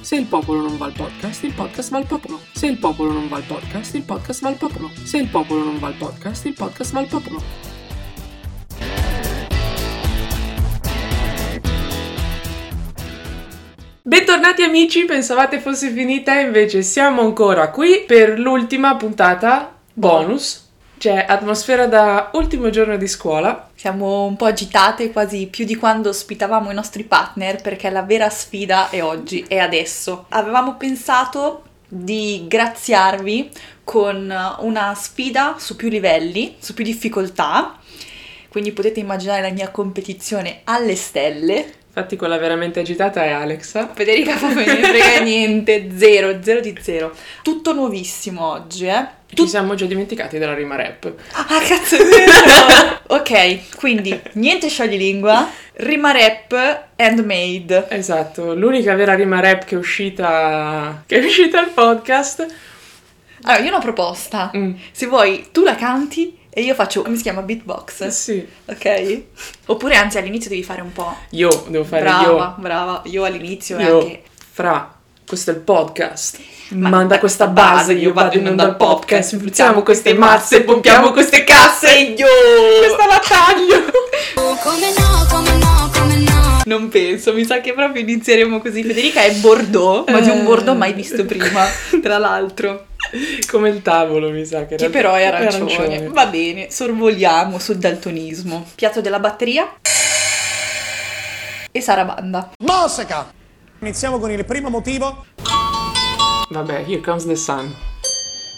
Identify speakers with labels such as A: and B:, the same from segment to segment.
A: Se il popolo non va al podcast, il podcast va al popolo. Se il popolo non va al podcast, il podcast va al popolo. Se il popolo non va al podcast, il podcast va al popolo. Bentornati amici, pensavate fosse finita, invece siamo ancora qui per l'ultima puntata bonus. C'è atmosfera da ultimo giorno di scuola.
B: Siamo un po' agitate quasi più di quando ospitavamo i nostri partner perché la vera sfida è oggi, è adesso. Avevamo pensato di graziarvi con una sfida su più livelli, su più difficoltà, quindi potete immaginare la mia competizione alle stelle.
A: Infatti quella veramente agitata è Alexa.
B: Federica proprio non ne frega niente, zero, zero di zero. Tutto nuovissimo oggi, eh?
A: Ci siamo già dimenticati della rima rap.
B: Ah, cazzo, è vero! ok, quindi niente scioglilingua, rima rap handmade.
A: Esatto, l'unica vera rima rap che è uscita che è uscita al podcast.
B: Allora, io ho una proposta.
A: Mm,
B: Se vuoi, tu la canti e io faccio, come si chiama, beatbox,
A: Sì.
B: ok? Oppure, anzi, all'inizio devi fare un po'.
A: Io devo fare
B: brava, brava, io all'inizio
A: io.
B: e
A: Io
B: anche...
A: fra questo è il podcast.
B: Ma-
A: Manda questa base, io vado in onda al podcast,
B: esatto,
A: influenziamo queste mazze, pompiamo queste casse.
B: io!
A: Questa la taglio.
B: Non penso, mi sa che proprio inizieremo così. Federica è Bordeaux, ma di
A: Eh.
B: un Bordeaux mai visto prima, tra l'altro.
A: Come il tavolo, mi sa che, in
B: Che
A: realtà-
B: però è arancione. Va bene, sorvoliamo sul daltonismo. Piatto della batteria. E Sarabanda.
C: Mosseca! Iniziamo con il primo motivo.
A: Vabbè, here comes the sun.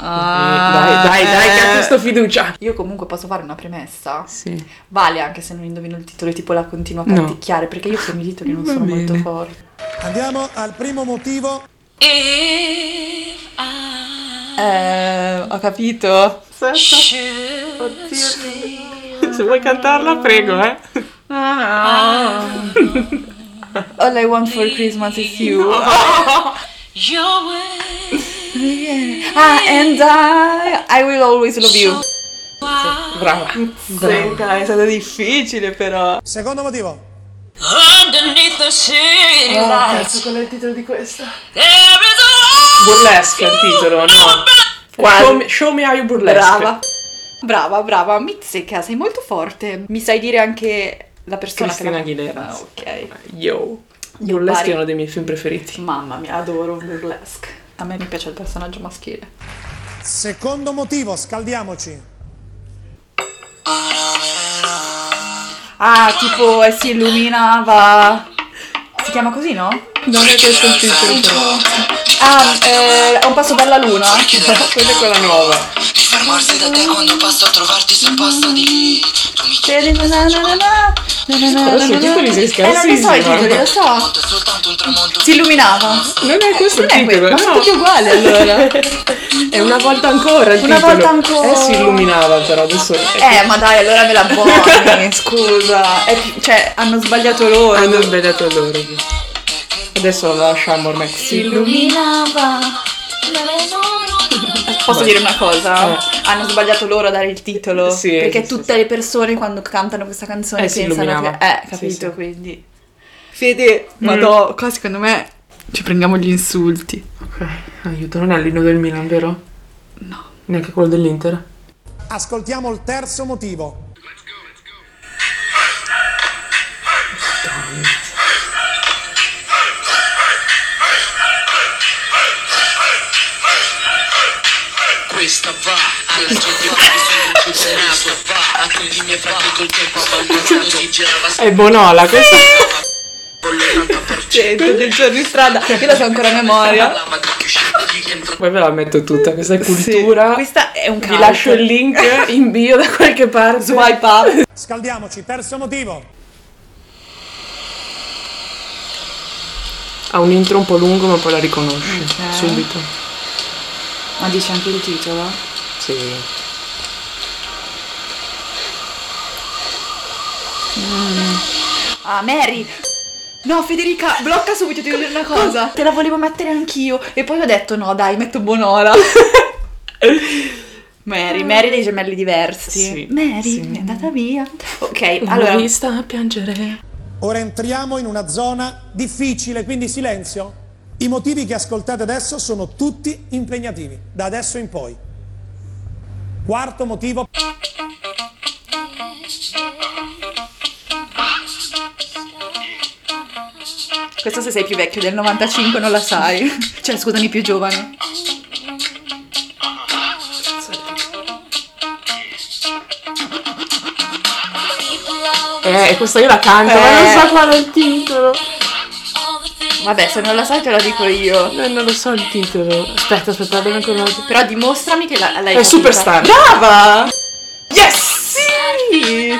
B: Ah,
A: dai, dai, dai, che
B: eh.
A: ha questo fiducia.
B: Io comunque posso fare una premessa.
A: Sì.
B: Vale anche se non indovino il titolo e tipo la continuo a
A: No.
B: canticchiare perché io con i titoli non
A: Va
B: sono molto
A: bene.
B: forte.
C: Andiamo al primo motivo.
B: Eh, ho capito.
A: Se vuoi cantarla, prego, eh.
B: All I want for Christmas is you. Ah, and I, I will always love you.
A: Brava.
B: Dai, è stato difficile però.
C: Secondo motivo.
D: Underneath the city lights,
B: Oh, qual è il titolo di questa?
D: there is a
A: Burlesque è il titolo, no? Show me, show me how you burlesque.
B: Brava. Brava, brava. Mizzica, sei molto forte. Mi sai dire anche la persona
A: Cristina
B: che la-
A: Aguilera.
B: Ah, ok.
A: Yo. Burlesque
B: pari.
A: è uno dei miei film preferiti.
B: Mamma mia, adoro Burlesque. A me mi piace il personaggio maschile.
C: Secondo motivo, scaldiamoci.
B: Ah, tipo, eh, si illuminava... Si chiama così, no?
A: Non è questo il titolo. però.
B: Ah, eh, a un passo dalla luna.
A: Quella è quella nuova.
E: fermarsi da te quando passo a trovarti sul posto di lì. Tu mi chiedi
A: Adesso i titoli si
B: Eh, non li so i
A: scarsissimo.
B: titoli, lo so.
E: conto soltanto un tramonto
B: Si illuminava.
A: Non è questo il
B: Non è
A: titolo,
B: quello, ma sono tutti
A: no.
B: uguali allora.
A: È una volta ancora il
B: Una
A: titolo.
B: volta ancora.
A: Eh, si illuminava però, adesso... è-
B: Eh, ma dai, allora me la buoni, scusa. È pi- cioè, hanno sbagliato loro.
A: Hanno sbagliato loro. Adesso la lasciamo ormai. Si
B: Posso dire una cosa?
A: Eh.
B: Hanno sbagliato loro a dare il titolo.
A: Sì,
B: perché
A: sì,
B: tutte le persone quando cantano questa canzone
A: Eh, si
B: pensano
A: illuminava.
B: che... Eh,
A: Sì,
B: capito,
A: sì.
B: quindi... Mm. Fede, madò, qua secondo me ci prendiamo gli insulti.
A: Aiuto, non è l'inno del Milan, vero? No. Neanche quello dell'Inter?
C: Ascoltiamo il terzo motivo.
E: Questa va Quel troppo che sono un naso Va a tutti i miei frati col tempo abbandonato Si girava
A: È Eh, Bonola questa.
E: con l'80%
B: Gente, del giorno in strada, io la so ancora a memoria.
E: La madre che usciva di dentro
A: Poi ve la metto tutta, questa è cultura.
B: Sì, Questa è un
A: Vi
B: cult.
A: lascio il link in bio da qualche parte.
B: Swipe up.
C: Scaldiamoci, terzo motivo.
A: Ha un intro un po' lungo ma poi la riconosci subito.
B: Ma dice anche il titolo?
A: Sì.
B: Ah, Mary! No, Federica, blocca subito, ti devo dire una cosa. Oh, Te la volevo mettere anch'io. E poi ho detto, no, dai, metto Bonola. Mary, Mary dei gemelli diversi.
A: Sì,
B: Mary
A: sì.
B: è andata via. Ok,
A: Allora,
B: allora.
A: vista a piangere.
C: Ora entriamo in una zona difficile, quindi silenzio. I motivi che ascoltate adesso sono tutti impegnativi, da adesso in poi. Quarto motivo.
B: Questo se sei più vecchio del 95 non la sai. Cioè, scusami, più giovane.
A: Eh, questa io la canto, ma non so qual è il titolo.
B: Vabbè, se non la sai te la dico io.
A: Eh, non lo so il titolo. Aspetta, aspetta, dammi ancora una volta.
B: Però dimostrami che la, l'hai
A: È
B: capita.
A: Superstar. Brava! Yes!
B: Sì!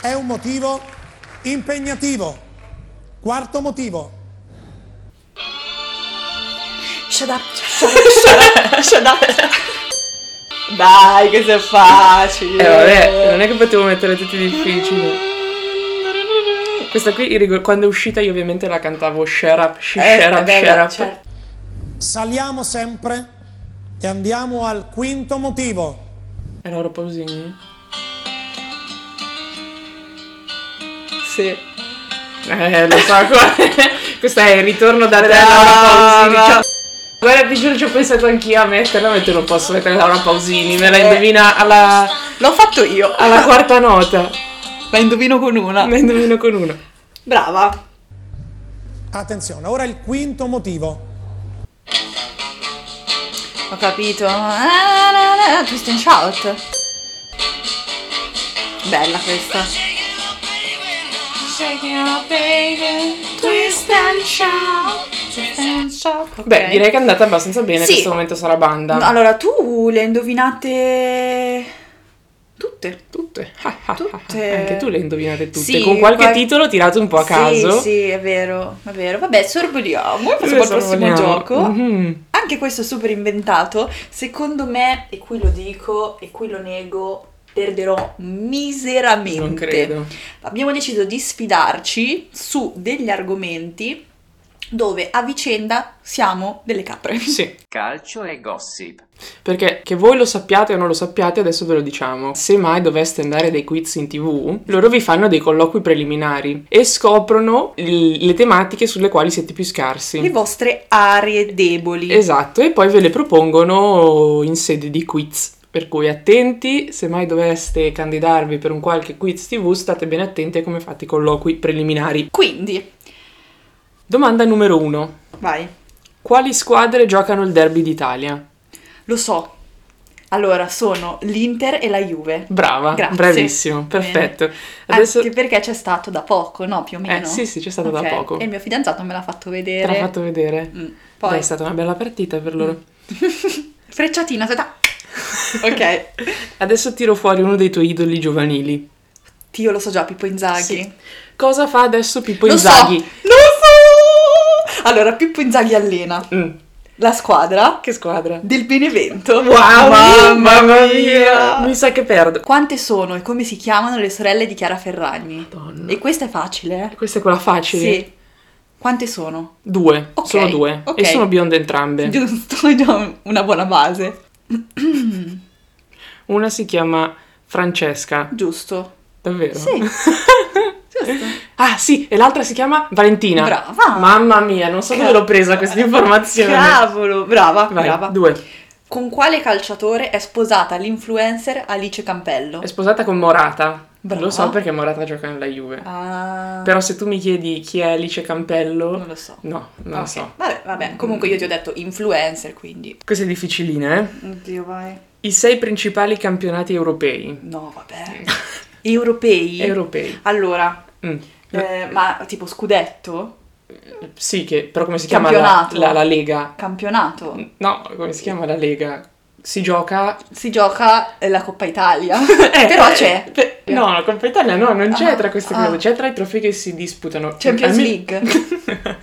C: È un motivo impegnativo. Quarto motivo.
B: Shut up, shut up, shut up, shut up. Dai, che se è facile.
A: Eh vabbè, non è che potevo mettere tutti difficili. Questa qui, rigo- quando è uscita io ovviamente la cantavo Share Up, she,
B: Eh,
A: Share Up,
B: vabbè,
A: Share Up.
B: certo.
C: Saliamo sempre e andiamo al quinto motivo.
A: È Laura Pausini?
B: Sì.
A: Eh, lo so qua. Questa è il ritorno da te Laura
B: Brava.
A: Pausini. Ciao. Guarda, ti giuro ci ho pensato anch'io a metterla, ma te non posso mettere Laura Pausini, me la
B: Eh.
A: indovina alla,
B: L'ho fatto io.
A: alla quarta nota.
B: La indovino con una.
A: Me indovino con una.
B: Brava.
C: Attenzione, ora il quinto motivo.
B: Ho capito. Ah, na, na, Twist and shout. Bella questa. Twist and shout. Twist and shout. Ok.
A: Beh, direi che è andata abbastanza bene
B: Sì.
A: questo momento sarà banda.
B: Allora, tu le hai indovinate tutte.
A: Tutte. Ah, ah, ah,
B: Tutte.
A: Anche tu le indovinate tutte,
B: Sì,
A: con qualche
B: qual-
A: titolo tirato un po' a caso.
B: Sì, sì, è vero, è vero. Vabbè, sorvoliamo e passiamo
A: Adesso
B: al prossimo
A: sorvoliamo.
B: gioco.
A: Mhm.
B: Anche questo super inventato, secondo me, e qui lo dico e qui lo nego, perderò miseramente.
A: Non credo.
B: Abbiamo deciso di sfidarci su degli argomenti dove a vicenda siamo delle capre.
A: Sì.
F: Calcio e gossip.
A: Perché che voi lo sappiate o non lo sappiate, adesso ve lo diciamo. Se mai doveste andare dei quiz in tv, loro vi fanno dei colloqui preliminari e scoprono il- le tematiche sulle quali siete più
B: Le
A: scarsi.
B: vostre aree deboli.
A: Esatto, e poi ve le propongono in sede di quiz. Per cui attenti, se mai doveste candidarvi per un qualche quiz TV, state bene attenti a come fate i colloqui preliminari.
B: Quindi,
A: Domanda numero 1.
B: vai.
A: Quali squadre giocano il derby d'Italia?
B: Lo so. Allora, sono l'Inter e la Juve.
A: Brava,
B: Grazie.
A: bravissimo, perfetto. Adesso
B: Anche perché c'è stato da poco, no? Più o
A: Eh,
B: meno.
A: sì, sì, c'è stato da
B: Ok.
A: poco.
B: E il mio fidanzato me l'ha fatto
A: te
B: vedere.
A: l'ha fatto vedere.
B: Mm.
A: Poi
B: Poi, Mm.
A: è stata una bella partita per loro.
B: frecciatina, aspetta. ok.
A: Adesso tiro fuori uno dei tuoi idoli giovanili.
B: Io lo so già, Pippo Inzaghi.
A: Sì. Cosa fa adesso Pippo
B: lo
A: Inzaghi?
B: so. Lo so! Allora, Pippo Inzaghi allena
A: Mm.
B: la squadra
A: Che squadra?
B: del Benevento.
A: Mi sa che perdo.
B: Quante sono e come si chiamano le sorelle di Chiara Ferragni?
A: Madonna.
B: E questa è facile, eh?
A: Questa è quella facile.
B: Sì. Quante sono?
A: Due,
B: Ok,
A: sono due.
B: ok.
A: E sono bionde entrambe.
B: Giusto, è già una buona base.
A: Una si chiama Francesca,
B: Giusto.
A: davvero?
B: Sì.
A: Ah sì, e l'altra si chiama Valentina.
B: Brava.
A: Mamma mia, non so dove l'ho presa questa informazione.
B: Cavolo, brava,
A: Vai,
B: brava.
A: due.
B: Con quale calciatore è sposata l'influencer Alice Campello?
A: È sposata con Morata.
B: Brava.
A: Lo so perché Morata gioca nella Juve.
B: Ah,
A: Però se tu mi chiedi chi è Alice Campello...
B: non lo so.
A: No, non lo
B: Ok.
A: so. Mm.
B: Vabbè, vabbè, comunque io ti ho detto influencer, quindi.
A: Questa è difficilina, eh?
B: Oddio, vai.
A: I sei principali campionati europei.
B: No, vabbè. Europei?
A: Europei.
B: Allora,
A: Mm.
B: eh, ma tipo scudetto?
A: Sì, che, però come si chiama la,
B: Campionato.
A: la- la Lega?
B: Campionato?
A: No, come si chiama la Lega? Si gioca...
B: Si gioca eh, la Coppa Italia. Però c'è.
A: Eh, Pe- No, la Coppa Italia no, non c'è
B: Ah,
A: tra queste
B: ah.
A: cose, c'è tra i trofei che si disputano.
B: Champions
A: Alme-
B: League.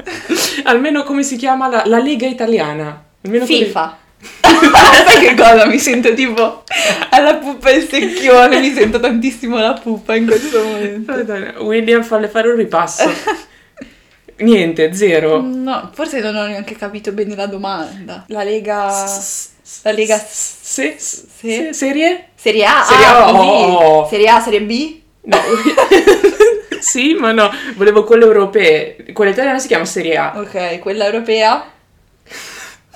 A: Almeno come si chiama la, la Lega Italiana? Almeno quelli-
B: FIFA. Sai che cosa? Mi sento tipo alla puppa il secchione, mi sento tantissimo la puppa in questo momento.
A: Madonna, William, falle fare un ripasso. Niente, zero.
B: No, forse non ho neanche capito bene la domanda. La Lega... La Lega
A: Se-
B: Sì.
A: se- Serie?
B: Serie A?
A: Serie
B: Ah,
A: A, oh.
B: così. Serie A, Serie B?
A: No. sì, ma no, volevo quelle europee. Quella italiana si chiama Serie A.
B: Ok, quella europea?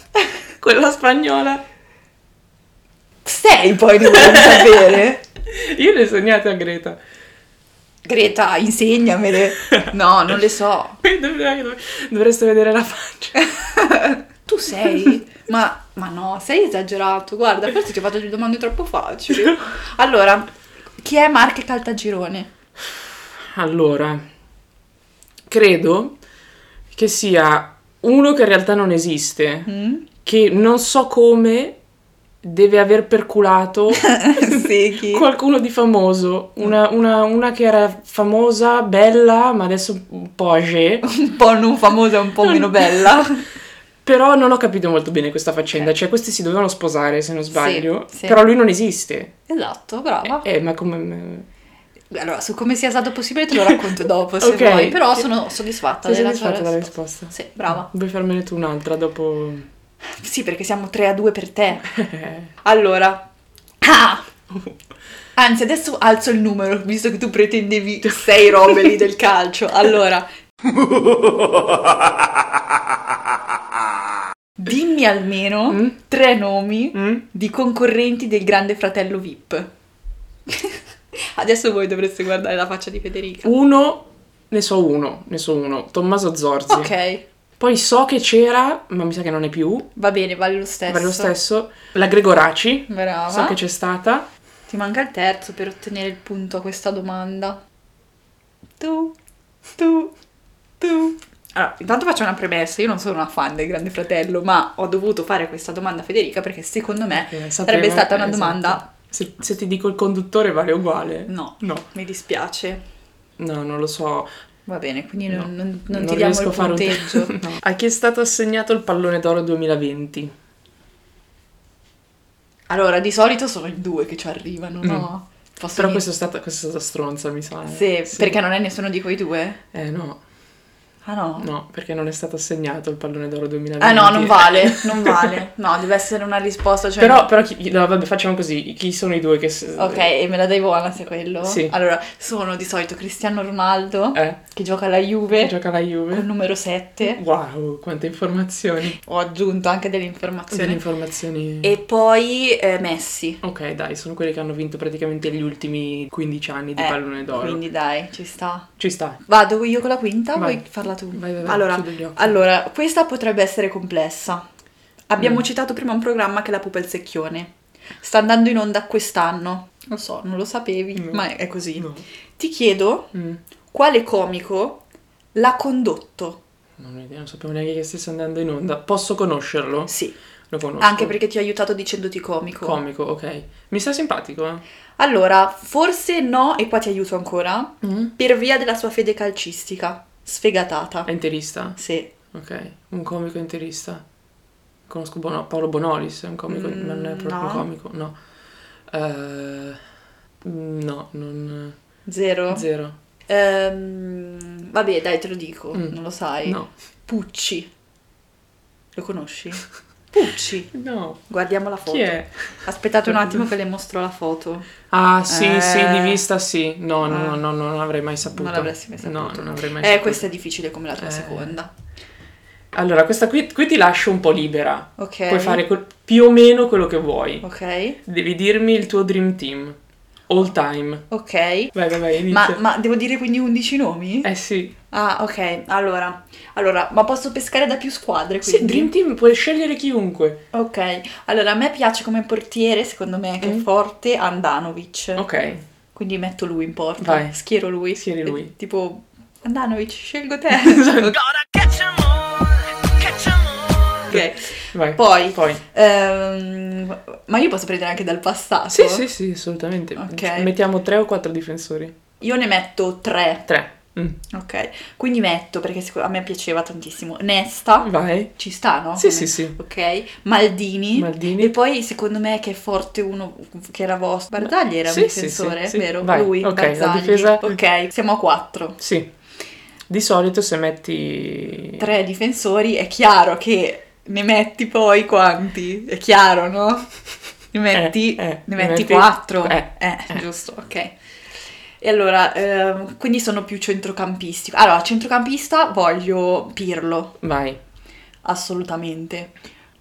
A: Quella spagnola.
B: Sei poi, mi voglio sapere.
A: Io le sognate a Greta.
B: Greta, insegnamele. No, non le so.
A: Dov- Dovreste vedere la faccia.
B: Tu sei? Ma, ma no, sei esagerato. Guarda, forse ti ho fatto delle domande troppo facili. Allora, chi è Marche Caltagirone?
A: Allora, credo che sia uno che in realtà non esiste,
B: Mm.
A: che non so come deve aver perculato
B: sì, chi?
A: qualcuno di famoso, una, una- una che era famosa, bella, ma adesso un po' âgée,
B: Un po' non famosa, un po' meno bella.
A: però non ho capito molto bene questa faccenda, cioè questi si dovevano sposare se non sbaglio,
B: Eh. sì.
A: però lui non esiste.
B: Esatto, brava.
A: Eh, ma come...
B: Allora, su come sia stato possibile te lo racconto dopo, se
A: Ok.
B: vuoi. Però sono soddisfatta
A: Sei
B: della
A: soddisfatta
B: tua
A: della risposta?
B: Sì, brava.
A: Vuoi farmene tu un'altra dopo...
B: Sì, perché siamo 3 a 2 per te. Allora. Ah! Anzi, adesso alzo il numero, visto che tu pretendevi sei robe lì del calcio. Allora. Dimmi almeno
A: Mm?
B: tre nomi
A: Mm?
B: di concorrenti del Grande Fratello VIP. adesso voi dovreste guardare la faccia di Federica.
A: Uh, Uno, ne so uno, ne so uno, Tommaso Zorzi.
B: Ok,
A: Poi so che c'era, ma mi sa che non è più,
B: va bene, vale lo stesso. Mm,
A: vale lo stesso, la Gregoraci,
B: Brava.
A: so che c'è stata.
B: Ti manca il terzo per ottenere il punto a questa domanda. Tu, tu, tu. Allora, intanto faccio una premessa, io non sono una fan del Grande Fratello, ma ho dovuto fare questa domanda a Federica perché secondo me
A: Eh,
B: sarebbe
A: sapevo-
B: stata una
A: esatto.
B: domanda...
A: Se, se ti dico il conduttore vale uguale.
B: No,
A: No,
B: mi dispiace.
A: no, non lo so.
B: Va bene, quindi non, non- non
A: Non
B: ti diamo
A: riesco
B: il
A: a fare un
B: punteggio.
A: no. A chi è stato assegnato il pallone d'oro 2020?
B: Allora, di solito sono in due che ci arrivano, no? Posso
A: Mm. Però
B: dire-
A: questa è stata, questa è stata stronza, mi sa. eh.
B: Sì, perché non è nessuno di quei due?
A: Eh no,
B: Ah no?
A: no, perché non è stato assegnato il pallone d'oro 2020.
B: Ah no, non vale, non vale. No, deve essere una risposta, cioè...
A: Eh, Però, però chi- no, vabbè, facciamo così. Chi sono i due che... s-
B: Ok, e me la dai buona se è quello?
A: Sì.
B: Allora, sono di solito Cristiano Ronaldo,
A: Eh,
B: che gioca alla Juve,
A: gioca alla
B: col
A: Juve. Mm.
B: numero 7.
A: Wow, quante informazioni.
B: Ho aggiunto anche delle
A: Delle
B: informazioni.
A: informazioni.
B: E poi eh, Messi.
A: Ok, dai, sono quelli che hanno vinto praticamente gli ultimi 15 anni di
B: Eh,
A: pallone d'oro.
B: Quindi dai, ci sta.
A: Ci sta.
B: Vado io con la quinta,
A: Vai.
B: vuoi farla tu?
A: Vai, vai, vai,
B: allora,
A: chiudo gli occhi.
B: allora, questa potrebbe essere complessa. Abbiamo
A: Mm.
B: citato prima un programma che è la Pupa e il Secchione. Sta andando in onda quest'anno. Non so, non lo sapevi,
A: No.
B: ma è è così.
A: No.
B: Ti chiedo
A: Mm.
B: quale comico l'ha condotto.
A: Non ho idea, non sapevo neanche che stesse andando in onda. Posso conoscerlo?
B: Sì,
A: Lo conosco.
B: anche perché ti ho aiutato dicendoti comico.
A: Comico, ok. Mi sta simpatico, eh?
B: allora, forse no, e qua ti aiuto ancora,
A: Mm.
B: per via della sua fede calcistica, sfegatata.
A: È interista?
B: Sì,
A: Ok. Un comico interista. Conosco Bono- Paolo Bonolis, è un comico,
B: Mm,
A: non è proprio
B: no.
A: un comico, no. Eh, no, non...
B: zero.
A: Zero.
B: Ehm, vabbè, dai, te lo dico,
A: Mm.
B: non lo sai.
A: No.
B: Pucci. Lo conosci? Pucci.
A: No.
B: Guardiamo la foto.
A: Chi è?
B: Aspettate un attimo che le mostro la foto.
A: Ah, sì,
B: Eh.
A: sì, di vista sì. No, no,
B: Eh.
A: no, no, no, non avrei mai saputo.
B: Non l'avresti mai saputo.
A: No, non avrei mai
B: Eh,
A: saputo.
B: questa è difficile come la tua
A: Eh.
B: seconda.
A: Allora, questa qui, qui ti lascio un po' libera.
B: Ok.
A: Puoi fare quel- più o meno quello che vuoi.
B: Ok.
A: Devi dirmi il tuo dream team. O all time.
B: Ok.
A: Vai, vai, vai, inizia.
B: Ma, ma devo dire quindi 11 nomi?
A: Eh sì.
B: Ah, ok. Allora, allora, ma posso pescare da più squadre quindi?
A: Sì, Dream Team puoi scegliere chiunque.
B: Ok. Allora, a me piace come portiere, secondo me, che è forte, Andanovic.
A: Mm. Ok.
B: Quindi metto lui in porta.
A: Vai.
B: Schiero lui.
A: Schieri lui.
B: Eh, tipo, Andanovic, scelgo te. ok.
A: Vai.
B: Poi,
A: Poi.
B: ehm, ma io posso prendere anche dal passato?
A: Sì, sì, sì, assolutamente.
B: Ok.
A: Mettiamo tre o quattro difensori.
B: Io ne metto tre.
A: Tre. Mm.
B: Ok. Quindi metto, perché sicur- a me piaceva tantissimo, Nesta.
A: Vai.
B: Ci sta, Ah. no?
A: Mm. Sì, sì, sì.
B: Ok, Maldini.
A: Maldini.
B: E poi secondo me che è forte uno che era vostro. Barzagli era
A: Sì,
B: un
A: sì,
B: difensore,
A: sì, sì.
B: vero?
A: Vai,
B: Lui,
A: ok, la
B: Barzagli.
A: difesa-
B: Ok, siamo a quattro.
A: Sì. Di solito se metti...
B: Tre difensori, è chiaro che ne metti poi quanti? È chiaro, no? Ne metti,
A: Eh, eh,
B: ne metti,
A: metti-
B: quattro.
A: eh, eh.
B: giusto, ok. E allora, ehm, quindi sono più centrocampisti. Allora, centrocampista voglio Pirlo.
A: Vai.
B: Assolutamente.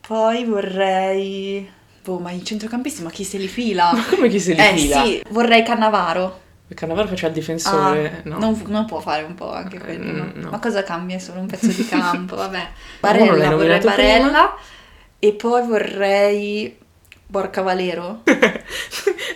B: Poi vorrei... Boh, ma i centrocampisti, ma chi se li fila?
A: Ma come chi se li
B: eh
A: fila?
B: sì, vorrei Cannavaro.
A: Cannavaro faceva il
B: Ah,
A: difensore, no? Eh,
B: non, non può fare un po' anche quello, no?
A: no.
B: Ma cosa cambia? È Solo un pezzo di campo, vabbè.
A: l'hai
B: Barella, vorrei
A: nominato
B: Barella. E poi vorrei... Borca Valero?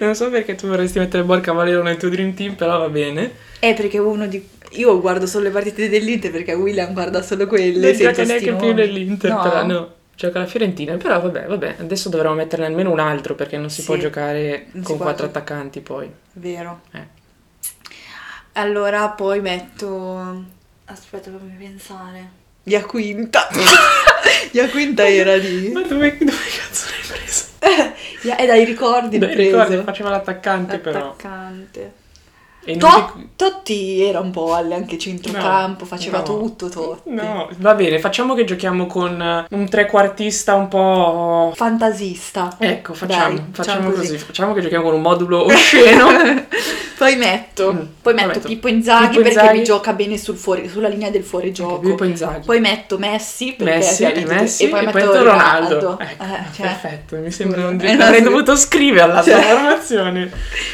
A: Non so perché tu vorresti mettere Borca Valero nel tuo Dream Team, però va bene.
B: Eh, perché uno di... Io guardo solo le partite dell'Inter perché William guarda solo quelle.
A: Non
B: senza
A: gioca neanche
B: stimoli.
A: più nell'Inter,
B: No?
A: però no. Gioca la Fiorentina, però vabbè, vabbè. Adesso dovremmo metterne almeno un altro perché non si
B: Sì.
A: può giocare
B: Non si
A: con
B: può
A: quattro
B: gio-
A: attaccanti poi.
B: Vero.
A: Eh.
B: Allora poi metto. Aspetta, fammi pensare. Iaquinta. Iaquinta era lì.
A: Ma dove, dove cazzo l'hai preso?
B: Ia- E dai ricordi l'ho
A: Dai, ricordi,
B: preso.
A: faceva l'attaccante però.
B: Attaccante.
A: E non dico-
B: To- Totti era un po' alle anche centrocampo,
A: No,
B: faceva
A: no.
B: tutto Totti.
A: No, va bene, facciamo che giochiamo con eh, un trequartista un po'...
B: Fantasista.
A: Ecco, facciamo,
B: Eh, Dai,
A: facciamo così. facciamo che giochiamo con un modulo osceno.
B: Poi metto,
A: Mm,
B: poi metto
A: vabbè.
B: Pippo Inzaghi
A: Pippo
B: perché
A: Inzaghi.
B: mi gioca bene sul fuori- sulla linea del fuorigioco.
A: Pippo Inzaghi. cioè,
B: Poi metto Messi perché
A: Messi, eh,
B: siamo tutti-
A: Messi
B: e poi metto
A: Ronaldo.
B: Ronaldo.
A: Ecco,
B: Eh, cioè,
A: Perfetto, mi sembra un
B: Eh, no,
A: Avrei
B: sì.
A: dovuto scrivere la
B: Cioè.
A: formazione.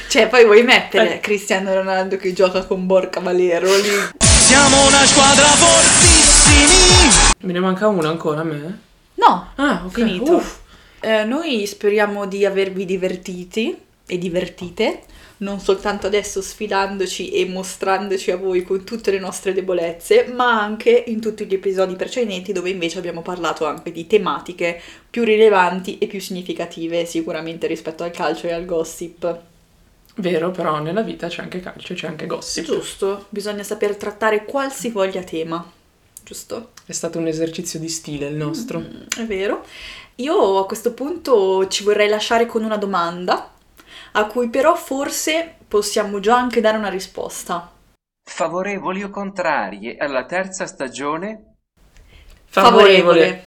B: Cioè, poi vuoi mettere
A: Eh.
B: Cristiano Ronaldo che gioca con Borca Valero lì?
C: Siamo una squadra fortissimi.
A: Me ne manca uno ancora a me?
B: No,
A: Ah, ok.
B: finito.
A: Uff.
B: Eh, noi speriamo di avervi divertiti e divertite, non soltanto adesso sfidandoci e mostrandoci a voi con tutte le nostre debolezze, ma anche in tutti gli episodi precedenti dove invece abbiamo parlato anche di tematiche più rilevanti e più significative sicuramente rispetto al calcio e al gossip.
A: Vero, però nella vita c'è anche calcio, c'è anche gossip.
B: Giusto, bisogna saper trattare qualsivoglia tema, giusto?
A: È stato un esercizio di stile il nostro.
B: È vero. Io a questo punto ci vorrei lasciare con una domanda, a cui però forse possiamo già anche dare una risposta.
F: Favorevoli o contrarie alla terza stagione?
A: Favorevole.